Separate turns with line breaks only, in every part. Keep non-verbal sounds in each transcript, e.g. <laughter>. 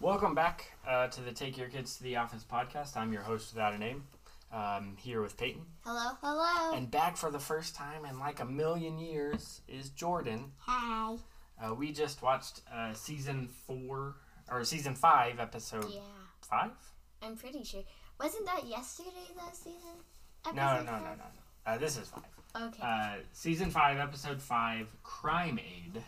Welcome back uh, to the Take Your Kids to the Office podcast. I'm your host without a name, um, here with Peyton.
Hello, hello.
And back for the first time in like a million years is Jordan.
Hi.
Uh, we just watched uh, season four, or season five, episode
Yeah,
five?
I'm pretty sure. Wasn't that yesterday that season?
No, no,
Episode
no, no,
five?
no. Uh, this is five.
Okay.
Uh, season five, episode five, Crime Aid.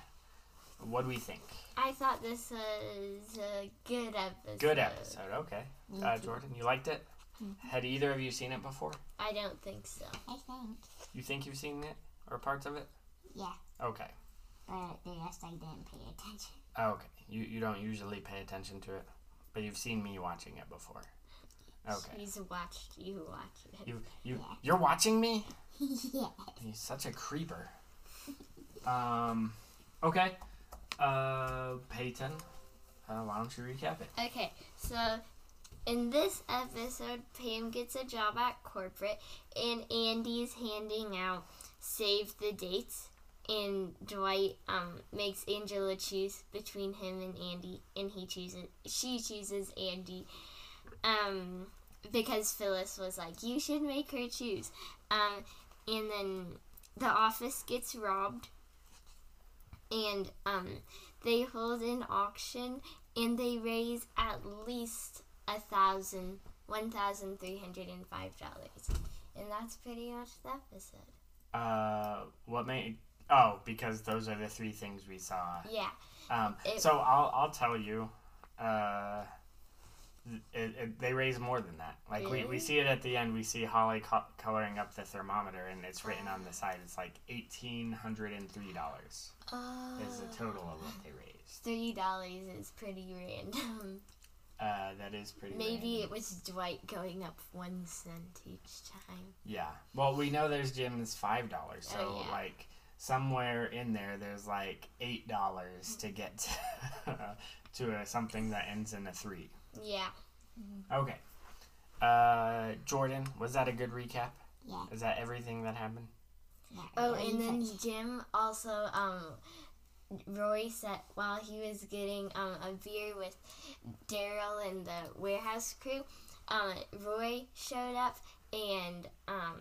What do we think?
I thought this was a good episode.
Good episode. Okay. Uh,
Mhm.
Jordan, you liked it? Had either of you seen it before?
I don't think so.
I think,
You think you've seen it or parts of it?
yeah,
Okay. Oh,
but the rest I didn't pay attention. <laughs>
Okay. You you don't usually pay attention to it, but you've seen me watching it before. Okay.
She's watched you watch it.
You you you're watching me?
yeah.
He's such a creeper. Um okay. Uh Peyton, uh, why don't you recap it?
Okay, so in this episode, Pam gets a job at corporate, and Andy's handing out save the dates, and Dwight um, makes Angela choose between him and Andy, and he chooses she chooses Andy, um, because Phyllis was like, you should make her choose, um, and then the office gets robbed, and um, they hold an auction and they raise at least a thousand one thousand three hundred and five dollars and that's pretty much the episode
Uh what made Oh, because those are the three things we saw.
yeah
Um,
It-
so I'll I'll tell you, uh, th- it, it, they raise more than that. Like we, we
Really?
see it at the end. We see Holly co- coloring up the thermometer, and it's written
Oh.
on the side. It's like eighteen hundred and three dollars
uh,
is the total of what they
Oh.
raised.
three dollars is pretty random
Uh, that is pretty.
maybe
random.
it was dwight going up one cent each time
Yeah. Well, we know there's Jim's five dollars. So
Oh, yeah.
like somewhere in there, there's like eight dollars to get to, <laughs> to a, something that ends in a three.
yeah
Okay. Uh, Jordan, was that a good recap?
Yeah.
Is that everything that happened?
yeah.
oh
What do
and
you
then
think?
jim also um roy said while he was getting um, a beer with daryl and the warehouse crew um, Roy showed up, and um,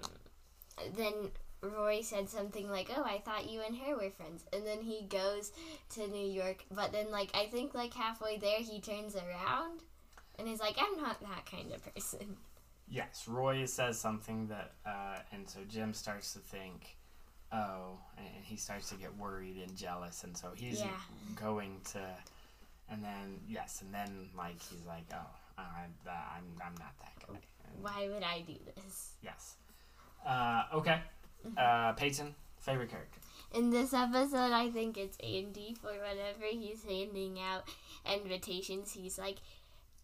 then Roy said something like, "Oh, I thought you and her were friends." And then he goes to New York, but then like I think like halfway there, he turns around and is like, "I'm not that kind of person." <laughs>
Yes. Roy says something that, uh, and so Jim starts to think, oh, and he starts to get worried and jealous, and so he's
Yeah.
going to, and then yes, and then like he's like, oh, I, I'm I'm not that guy. And
Why would I do this?
Yes. Uh, okay. Uh, Peyton, favorite character.
In this episode, I think it's Andy for whenever he's handing out invitations, he's like,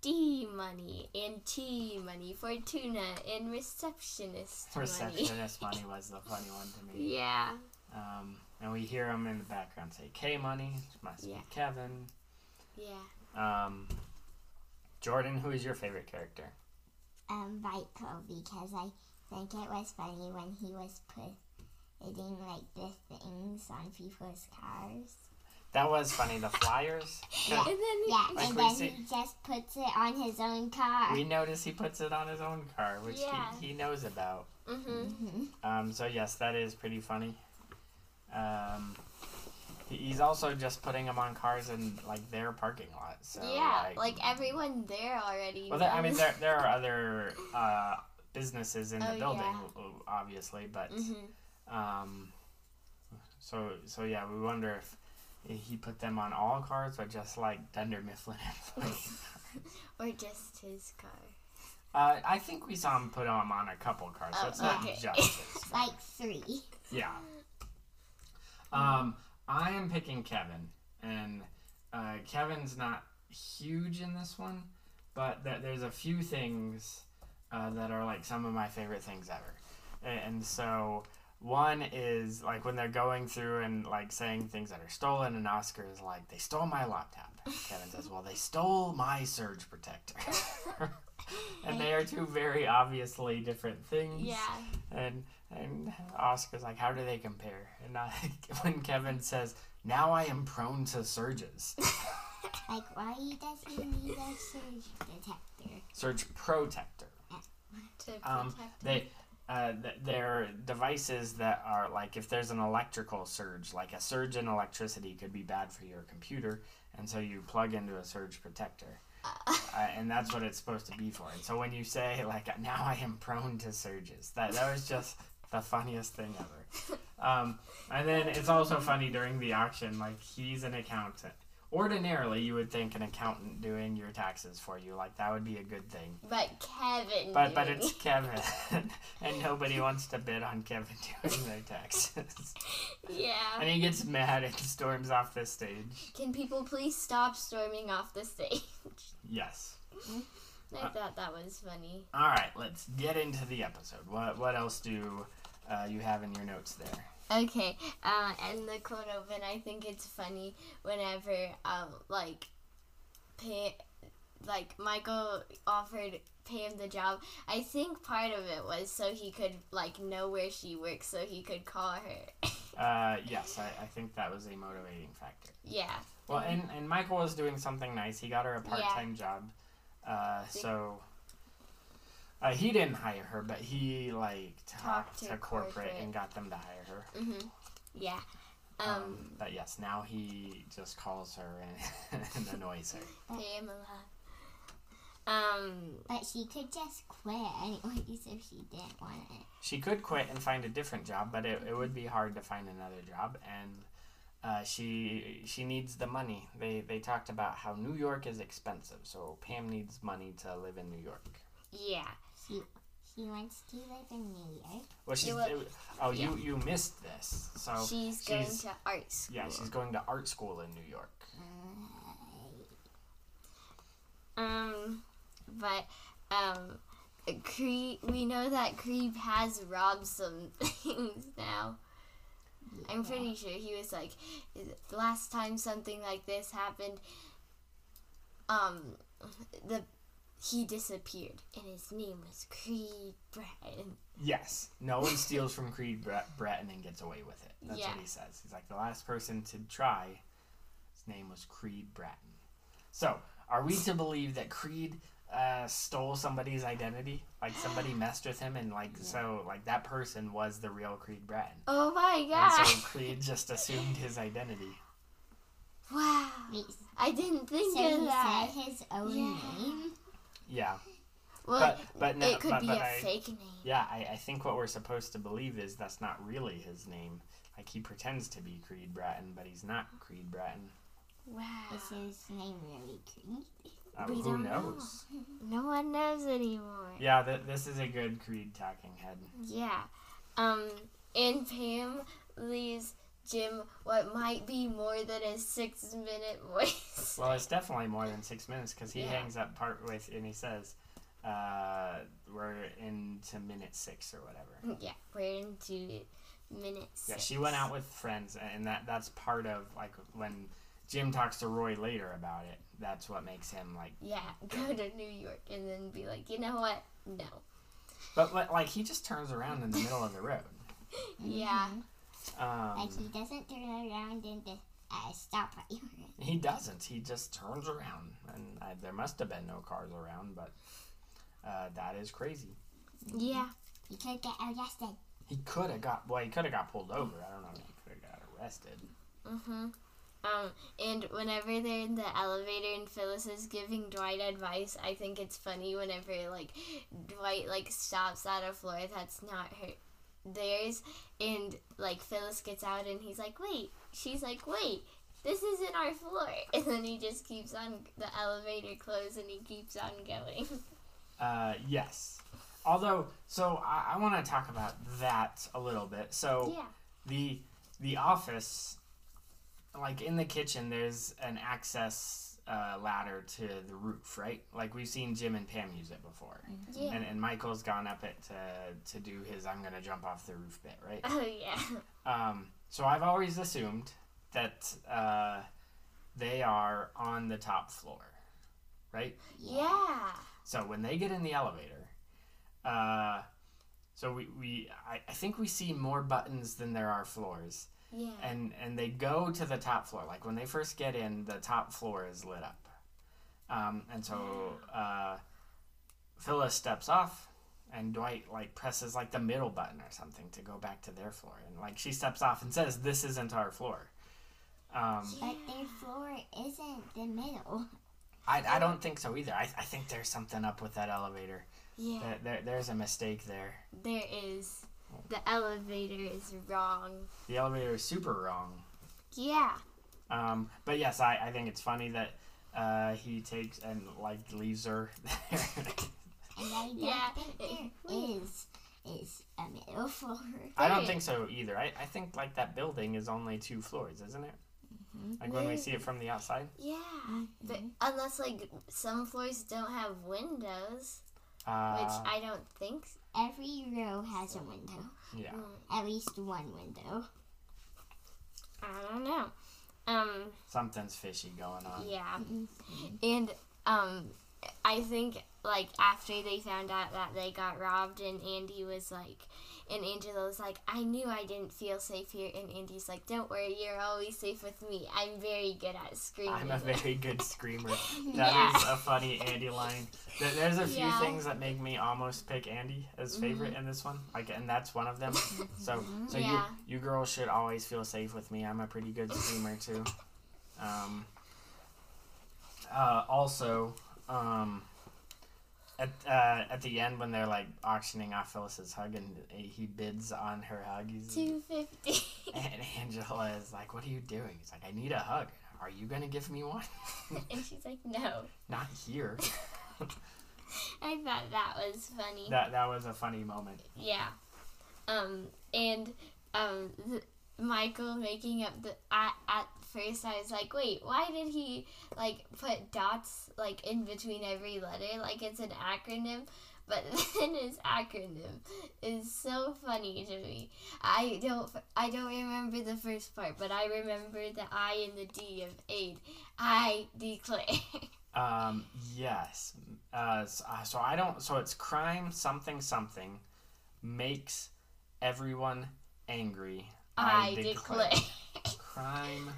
D money and T money for tuna and receptionist money.
Receptionist money was the funny one to me. <laughs>
<laughs> Yeah.
Um, and we hear him in the background say K Money, which must
Yeah.
be Kevin.
Yeah.
Um, Jordan, who is your favorite character?
Um, Michael, because I think it was funny when he was putting like the things on people's cars.
That was funny. The Flyers.
Yeah.
And then
Yeah,
Like
and
we
then
see-
he just puts it on his own car.
We notice he puts it on his own car, which
Yeah.
he, he knows about.
Mhm.
Mhm.
Um, so yes, that is pretty funny. Um, he- he's also just putting them on cars in like their parking lot. So
yeah, like, everyone there already.
Well, there, I mean,
knows.
there there are other uh, businesses in the
Oh,
building,
yeah.
o- obviously, but.
Mhm.
Um, so so yeah, we wonder if he put them on all cards or just like Dunder Mifflin. <laughs>
Or just his car.
uh, I think we saw him put them on a couple cards.
Oh,
That's not
okay.
just
<laughs>
his.
Like three.
yeah. Um, I am picking Kevin, and uh, Kevin's not huge in this one, but th- there's a few things uh, that are like some of my favorite things ever. A- And so one is like when they're going through and like saying things that are stolen, and Oscar is like, "They stole my laptop." And Kevin says, "Well, they stole my surge protector." <laughs> and they are two very obviously different things.
Yeah.
And and Oscar's like, how do they compare? And I, <laughs> when Kevin says Now I am prone to surges.
Like, why does he need a surge detector?
Surge protector.
to protect
Um, they, uh, th- they're devices that are like if there's an electrical surge, like a surge in electricity could be bad for your computer, and so you plug into a surge protector. Uh, and that's what it's supposed to be for. And so when you say like now I am prone to surges, that that was just the funniest thing ever. Um, and then it's also funny during the auction, like he's an accountant. Ordinarily, you would think an accountant doing your taxes for you, like that would be a good thing.
but Kevin.
But but
doing
it's Kevin, <laughs> and nobody wants to bid on Kevin <laughs> doing their taxes.
it. <laughs> Yeah.
and he gets mad and storms off the stage.
Can people please stop storming off the stage? <laughs>
Yes.
I
Uh,
thought that was funny.
All right. Let's get into the episode. What what else do uh, you have in your notes there?
Okay, uh, and the cold open, I think it's funny whenever, um, like, Pam, like Michael offered Pam the job. I think part of it was so he could like know where she works, so he could call her. <laughs>
Uh, yes, I, I think that was a motivating factor.
yeah,
Well, and, and Michael was doing something nice. He got her a
Yeah.
part time job. Uh, so uh, he didn't hire her, but he like talked
to
to corporate,
corporate.
and got them to hire her.
mm-hmm. yeah.
Um,
Um,
but yes, now he just calls her and, <laughs> and annoys her.
Pamela. Um,
But she could just quit <laughs> anyways if she didn't want it.
She could quit and find a different job, but it, it would be hard to find another job. And uh, she she needs the money. They they talked about how New York is expensive, so Pam needs money to live in New York.
yeah.
She she wants to live in New York.
Well, she's
wa-
it- oh you you missed this. So
she's going
Oh, she's-
to art school.
yeah, she's going to art school in New York.
Uh,
Um, but um, Creep. We know that Creep has robbed some <laughs> things now. I'm pretty sure he was like, last time something like this happened, um, the he disappeared and his name was Creed Bratton.
Yes, no one steals from Creed Bre- Bratton and gets away with it. That's
Yeah.
what he says. He's like the last person to try. His name was Creed Bratton. So, are we to believe that Creed uh, stole somebody's identity? Like
<gasps>
somebody messed with him, and like so, like that person was the real Creed Bratton.
Oh my
And
gosh!
so Creed just assumed his identity.
Wow,
wait,
I didn't think
so he
of that.
said his own
Yeah.
name?
Yeah,
well,
but but no,
it could
but,
be
but
a
I-
fake name.
Yeah, I, I think what we're supposed to believe is that's not really his name. Like he pretends to be Creed Bratton, but he's not Creed Bratton.
Wow.
Is his name really Creed?
Uh,
We
who
don't know.
knows?
No one knows anymore.
Yeah, th- this is a good Creed talking head.
Yeah. Um, and Pam leaves Jim what might be more than a six minute voice. <laughs>
Well, it's definitely more than six minutes because he
Yeah.
hangs up part with and he says, uh, "We're into minute six or whatever."
yeah, we're into minute six.
Yeah, she went out with friends, and that that's part of like when Jim talks to Roy later about it. That's what makes him like
Yeah, <laughs> go to New York and then be like, you know what? No.
But li- like he just turns around in the middle of the road.
Yeah.
Um,
Like he doesn't turn around and just uh, stop right here.
he doesn't. He just turns around, and I, there must have been no cars around. But uh, that is crazy.
Yeah.
He could get arrested.
He could have got well. He could have got pulled over. I don't know. if He could have got arrested.
Mm-hmm. Um, and whenever they're in the elevator and Phyllis is giving Dwight advice, I think it's funny whenever like Dwight like stops at a floor that's not her theirs and like Phyllis gets out and he's like, Wait she's like, Wait, this isn't our floor <laughs> and then he just keeps on the elevator closed and he keeps on going.
Uh, yes. Although, so I, I want to talk about that a little bit. So
Yeah.
the the office, like in the kitchen, there's an access uh, ladder to the roof, right? Like we've seen Jim and Pam use it before.
Yeah.
and, and Michael's gone up it to to do his I'm gonna jump off the roof bit, right?
<laughs> Oh yeah.
Um, so I've always assumed that uh, they are on the top floor, right?
Yeah.
So when they get in the elevator, uh, so we, we I, I think we see more buttons than there are floors.
Yeah.
and and they go to the top floor. Like when they first get in, the top floor is lit up, um, and so uh, Phyllis steps off, and Dwight like presses like the middle button or something to go back to their floor, and like she steps off and says, "This isn't our floor." Um,
But their floor isn't the middle.
I, I don't think so either. I, I think there's something up with that elevator.
Yeah.
There, there, there's a mistake there.
There is. The elevator is wrong.
The elevator is super wrong.
Yeah.
Um, but yes, I, I think it's funny that uh, he takes and like leaves her <laughs> there.
And I don't
Yeah,
think
it-
there is is a middle floor.
I don't
Right.
think so either. I, I think like that building is only two floors, isn't it?
Mm-hmm.
Like when we see it from the outside.
Yeah. But unless like some floors don't have windows,
Uh,
which I don't think. s- mm,
Every row has a window.
yeah.
At least one window.
I don't know. Um.
Something's fishy going on.
Yeah.
mm-hmm.
And um I think like after they found out that they got robbed and Andy was like and Angela was like, I knew I didn't feel safe here and Andy's like, Don't worry, you're always safe with me. I'm very good at screaming.
I'm a very good screamer. That is
Yeah.
a funny Andy line. There- There's a few
Yeah. Mm-hmm.
things that make me almost pick Andy as favorite in this one. Like, and that's one of
<laughs>
them. So, so
Yeah.
you you girls should always feel safe with me. I'm a pretty good screamer too. Um. Uh, also, um. At, uh, at the end when they're like auctioning off Phyllis's hug and he bids on her hug, he's
<laughs> two fifty. <laughs>
and Angela is like, "What are you doing?" He's like, "I need a hug. Are you gonna give me one?"
and she's like, No.
Not
<laughs>
here.
I thought that was funny.
that that was a funny moment.
Yeah. Um, and um, th- Michael making up the. At, at first, I was like, wait, why did he like put dots like in between every letter, like it's an acronym? But <laughs> then his acronym is so funny to me. I don't I don't remember the first part, but I remember the I and the D of aid. I declare. <laughs>
Um, yes. Uh, so, uh, so I don't. So it's crime something something makes everyone angry.
I, declare.
Crime.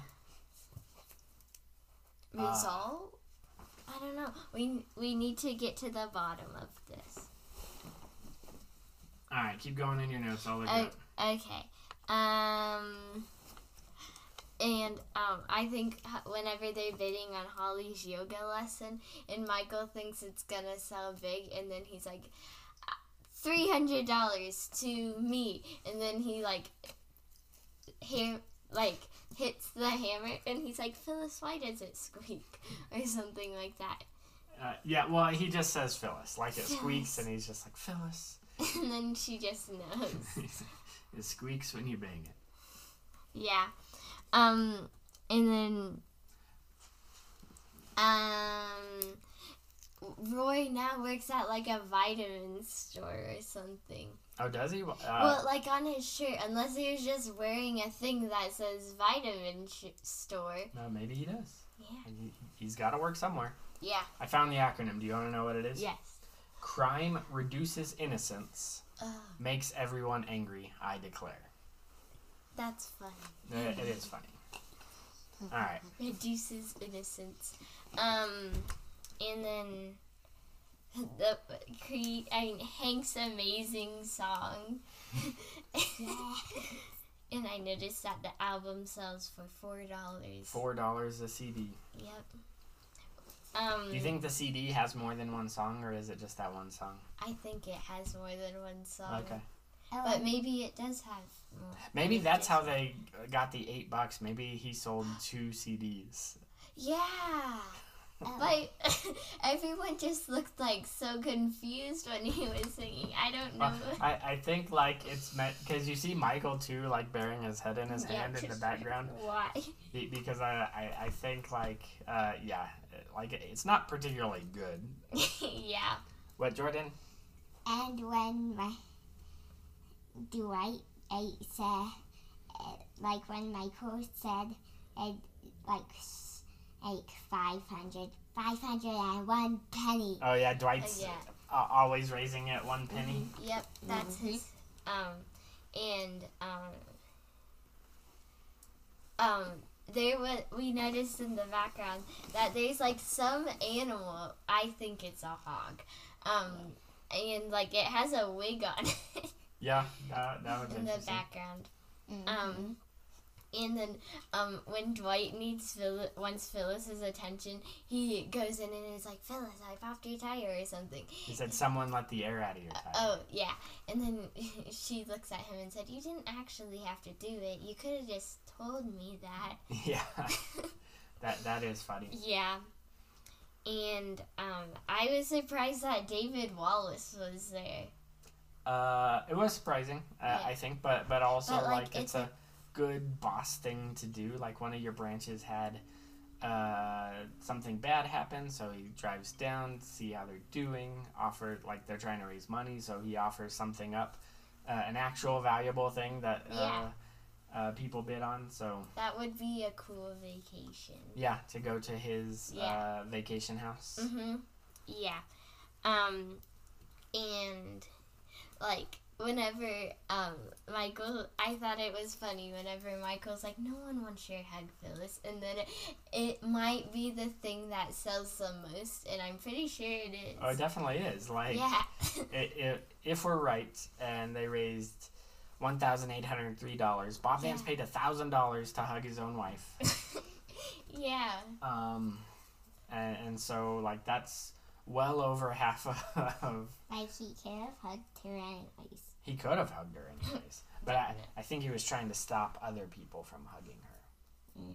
Ah.
resolve? Uh, I don't know. We we need to get to the bottom of this.
All right, keep going in your notes. I'll look
Oh,
it up.
okay. Um. And um, I think h- whenever they're bidding on Holly's yoga lesson, and Michael thinks it's gonna sell big, and then he's like, three hundred dollars to me, and then he like, ham like hits the hammer, and he's like, Phyllis, why does it squeak, <laughs> or something like that.
Uh, yeah. Well, he just says Phyllis, like it squeaks,
Phyllis.
and he's just like Phyllis. <laughs>
<laughs> And then she just knows.
it squeaks when you bang it.
Yeah. Um and then um Roy now works at like a vitamin store or something.
Oh, does he? Uh,
well, like on his shirt, unless he was just wearing a thing that says vitamin sh- store.
no, maybe he does.
Yeah.
He, he's got to work somewhere.
Yeah.
I found the acronym. Do you want to know what it is?
Yes.
Crime reduces innocence,
Oh,
makes everyone angry, I declare.
that's funny.
It- it is funny. All right.
reduces innocence. Um, and then the cre- I mean Hank's amazing song. <laughs> and I noticed that the album sells for four dollars.
$4 a CD.
Yep. Um,
Do you think the CD has more than one song, or is it just that one song?
I think it has more than one song.
Okay.
Oh,
But maybe it does have. More.
Maybe that's how they got the eight bucks. Maybe he sold two CDs. <laughs>
Yeah.
oh.
Like <laughs> everyone just looked like so confused when he was singing. I don't know.
Uh, <laughs> I, I think, like, it's meant because you see Michael, too, like, bearing his head in his hand in the
just
background.
Why?
Be- because I, I, I think, like, uh, yeah, like, it's not particularly good.
<laughs>
<laughs>
yeah.
What, Jordan?
And when my Dwight I said, uh, like when Michael said, uh, like s- like 500, 501 penny.
Oh yeah, Dwight's
Yeah. Mm-hmm.
uh, always raising it one penny. Mm-hmm.
Yep. That's his. Um, and um, um there was we noticed in the background that there's like some animal. I think it's a hog, um, and like it has a wig on <laughs> it
Yeah, that, that would be
in the
interesting.
background.
Mhm.
Um, and then um, when Dwight needs Phyllis, wants Phyllis's attention, he goes in and is like, "Phyllis, I popped your tire" or something.
He said someone let the air out of your tire.
Oh yeah, and then <laughs> she looks at him and said, "You didn't actually have to do it. You could have just told me that."
<laughs> Yeah.
<laughs>
that that is funny.
Yeah. And um, I was surprised that David Wallace was there.
Uh, it was surprising, uh,
Yeah.
I think, but but also
But,
like,
like,
it's,
it's
a good boss thing to do. Like one of your branches had uh, something bad happen, so he drives down, see how they're doing, offer like they're trying to raise money, so he offers something up, uh, an actual valuable thing that uh,
Yeah.
uh, people bid on. So
That would be a cool vacation.
yeah, to go to his
Yeah.
uh, vacation house.
Mhm. Yeah. Um, and like whenever um Michael, I thought it was funny whenever Michael's like, "No one wants your hug, Phyllis," and then it, it might be the thing that sells the most, and I'm pretty sure it is.
Oh, it definitely is like.
yeah.
i i if we're right, and they raised one thousand eight hundred three dollars, Bob Vance
Yeah.
paid thousand dollars to hug his own wife.
yeah.
Um, and, and so like that's well over half of
Like he could have hugged her anyways.
he could have hugged her anyways, but I, I think he was trying to stop other people from hugging her.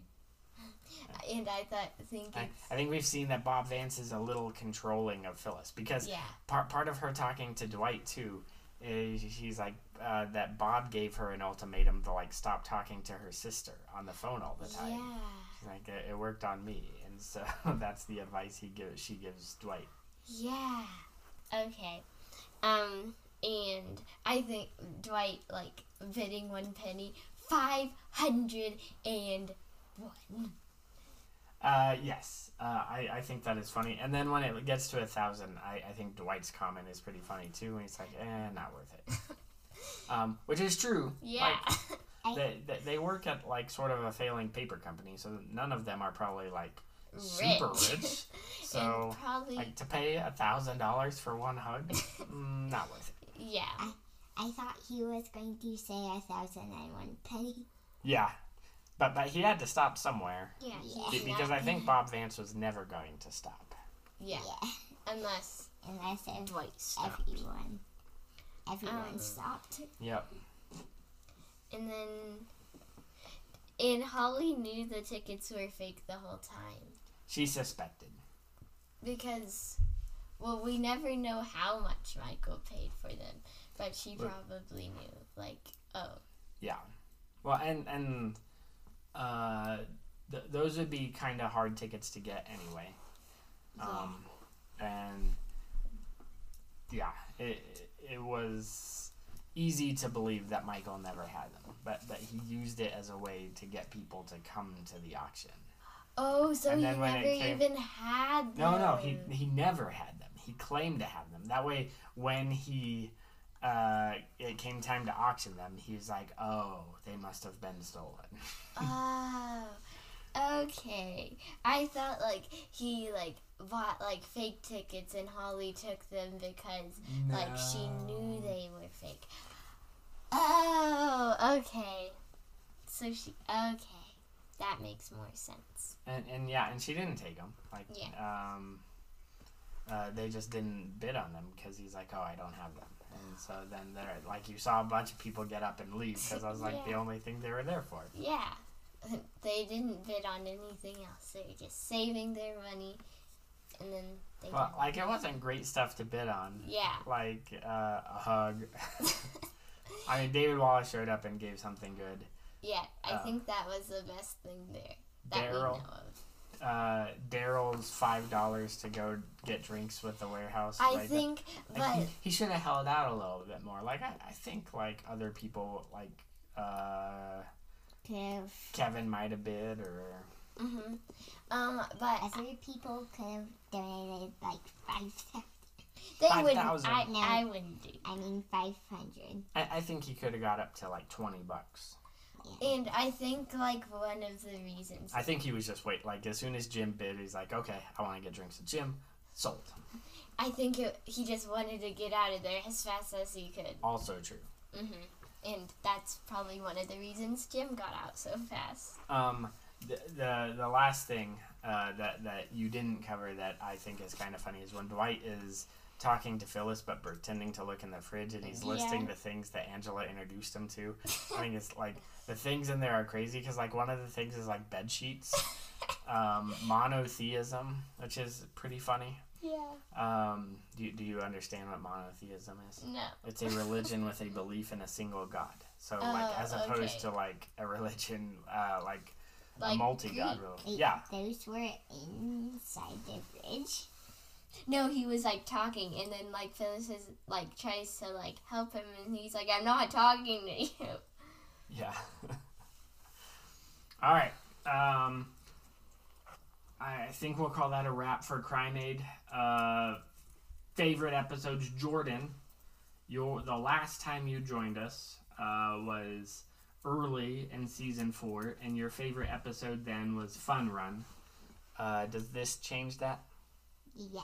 And I thought think
I,
it's
I think we've seen that Bob Vance is a little controlling of Phyllis because
yeah.
part part of her talking to Dwight too is she's like uh, that Bob gave her an ultimatum to like stop talking to her sister on the phone all the time.
Yeah.
She's Like it, it worked on me, and so <laughs> that's the advice he gives. She gives Dwight.
Yeah. Okay. Um, and I think Dwight like bidding one penny, five hundred and one.
Uh, yes, uh, I I think that is funny. And then when it gets to a thousand, I I think Dwight's comment is pretty funny too. And he's like, eh, not worth
<laughs>
it. Um, which is true.
Yeah.
Like, they, they, they work at like sort of a failing paper company, so none of them are probably like super
Rich.
rich. So
<laughs> <laughs> and probably
like to pay a thousand dollars for one
<laughs>
hug, mm, not worth it.
yeah.
I thought he was going to say a thousand and one penny.
Yeah, but but he had to stop somewhere
Yeah.
Yeah.
be- because I
<laughs>
think Bob Vance was never going to stop.
Yeah.
Yeah.
Unless
Unless ev-
Dwight stopped.
everyone, everyone
Um.
stopped.
Yep.
And then and Holly knew the tickets were fake the whole time.
She suspected.
Because well, we never know how much Michael paid for them, but she
Right.
probably knew. Like, oh,
Yeah. Well, and and uh, th- those would be kind of hard tickets to get anyway. Um, and yeah, it it was easy to believe that Michael never had them, but that he used it as a way to get people to come to the auction.
Oh, so
And
he
then when it
never
came-
even had
No,
them.
no, he <laughs> he never had them. He claimed to have them. That way, when he uh, it came time to auction them, he was like, "Oh, they must have been stolen."
Oh, okay. I thought like he like bought like fake tickets and Holly took them because like she knew they were fake. Oh, okay. So she okay. That makes more sense.
And and yeah, and she didn't take them. Like,
Yeah.
um, uh, they just didn't bid on them because he's like, "Oh, I don't have them." And so then there, like, you saw a bunch of people get up and leave because I was like the
Yeah.
only thing they were there for.
Yeah. <laughs> They didn't bid on anything else. They were just saving their money and then they
Well, like, it wasn't great stuff to bid on.
Yeah.
like uh, a hug. <laughs> I mean, David Wallace showed up and gave something good.
Yeah, I
Uh,
think that was the best thing there that
Daryl.
we know of.
Uh, Daryl's five dollars to go get drinks with the warehouse.
I
like,
think,
like,
but
he, he should have held out a little bit more. Like I, I think like other people like uh,
Could have,
Kevin might have bid or
hmm um, but
other people could have donated like five. thou-
they would.
5,000.
I,
No.
I wouldn't do.
I mean five hundred.
I, I think he could have got up to like twenty bucks.
Yeah.
And I think like one of the reasons.
I think he was just wait. Like as soon as Jim bid, he's like, okay, I want to get drinks with Jim. Sold.
I think it, he just wanted to get out of there as fast as he could.
Also true.
hmm And that's probably one of the reasons Jim got out so fast.
Um, the, the the last thing uh, that that you didn't cover that I think is kind of funny is when Dwight is talking to Phyllis but pretending to look in the fridge and he's
Yeah.
listing the things that Angela introduced him to. I think it's like the things in there are crazy because like one of the things is like bed
<laughs>
sheets, um, monotheism, which is pretty funny.
Yeah.
Um, do, you- do you understand what monotheism is?
No.
It's a religion with a belief in a single god. So like
Oh,
as opposed
okay.
to like a religion uh, like, a
Like
multi god
Greek.
religion.
Wait,
Yeah.
Those were inside the fridge.
No, he was like talking, and then like Phyllis is like tries to like help him, and he's like, "I'm not talking to you."
Yeah. <laughs> All right. Um, I think we'll call that a wrap for Crime Aid. Uh, favorite episodes, Jordan. Your the last time you joined us uh, was early in season four, and your favorite episode then was Fun Run. Uh, does this change that?
Yes.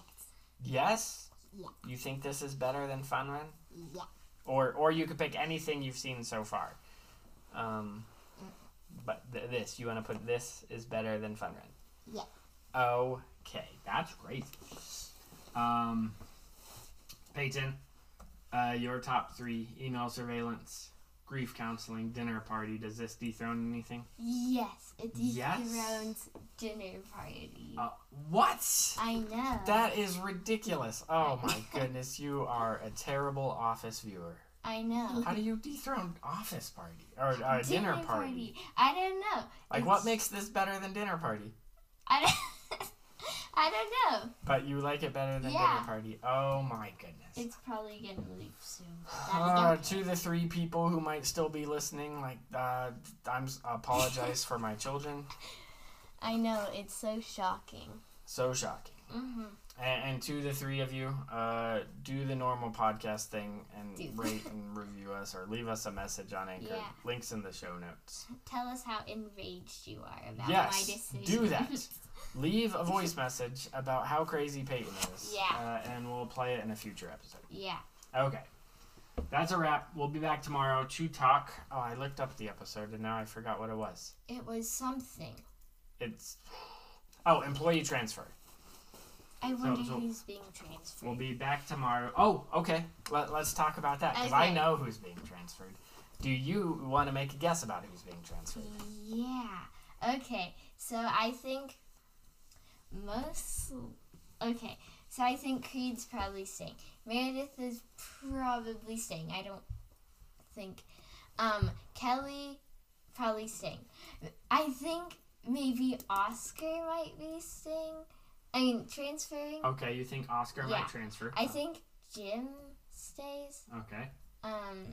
Yes.
Yeah.
You think this is better than Fun Run?
Yeah.
or or you could pick anything you've seen so far. Um,
Mm.
but th- this, you want to put this is better than Fun Run. Yeah. Okay, that's great. Um, Peyton, uh, your top three: email surveillance, grief counseling, dinner party. Does this dethrone anything?
Yes, it
Yes.
dethrones dinner party.
Uh, what?
I know.
That is ridiculous. Oh my <laughs> goodness, you are a terrible office viewer.
I know.
How do you dethrone office party or uh, dinner, party?
I don't know.
Like, what
It's-
makes this better than dinner party?
I don't, <laughs> I don't know.
But you like it better than
Yeah.
dinner party. Oh my goodness.
It's probably gonna leave soon.
Uh,
That's
to the three people who might still be listening, like, uh, I'm s- apologize for my children.
I know it's so shocking.
So shocking.
hmm
And, and to the three of you, uh, do the normal podcast thing and
Do-
rate and review us or leave us a message on Anchor.
Yeah.
Links in the show notes.
Tell us how enraged you are about my
yes,
decision.
do
<laughs>
that. leave a voice message about how crazy Peyton is.
Yeah.
Uh, and we'll play it in a future episode.
yeah.
Okay. That's a wrap. We'll be back tomorrow to talk. Oh, I looked up the episode and now I forgot what it was.
It was something.
It's oh, employee transfer.
I wonder
so-
who's being transferred.
We'll be back tomorrow. Oh, okay. Let, let's talk about that because I
Okay.
know who's being transferred. Do you want to make a guess about who's being transferred?
Mm-hmm. Yeah. Okay. So I think most. Okay. So I think Creed's probably staying. Meredith is probably staying. I don't think. Um, Kelly probably staying. I think maybe Oscar might be staying. I mean, transferring.
Okay, you think Oscar
Yeah.
might transfer?
I think Jim stays.
Okay.
Um.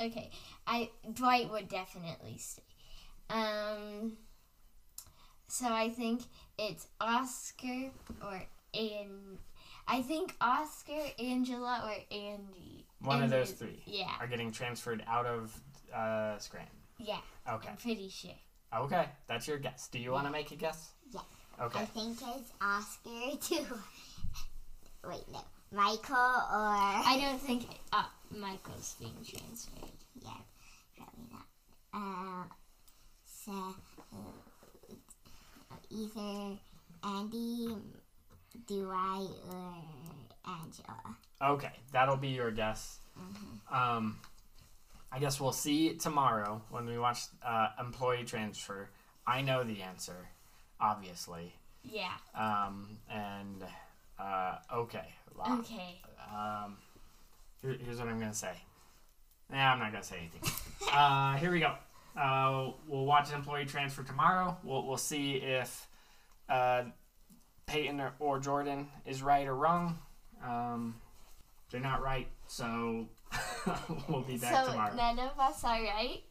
Okay, I Dwight would definitely stay. Um. So I think it's Oscar or and I think Oscar, Angela, or Andy.
One of
Andy
those
is-
three
Yeah,
are getting transferred out of uh, Scranton.
yeah.
Okay.
I'm pretty sure.
Okay, that's your guess. Do you want to make a guess?
Yeah. I
Okay.
think it's Oscar <laughs> too. Wait, no. Michael or
I don't think uh, Michael's being transferred.
<laughs> yeah, probably not. Uh, so either Andy, Dwight, or Angela.
Okay, that'll be your guess. Um, I guess we'll see tomorrow when we watch uh, employee transfer. I know the answer, obviously.
Yeah.
Um, and uh, okay, wow.
Okay.
Um, here, here's what I'm gonna say. Nah, I'm not gonna say anything. <laughs> uh, here we go. Uh, we'll watch employee transfer tomorrow. We'll we'll see if uh, Peyton or, or Jordan is right or wrong. Um, they're not right, so <laughs> we'll be back
so
tomorrow.
none of us are right.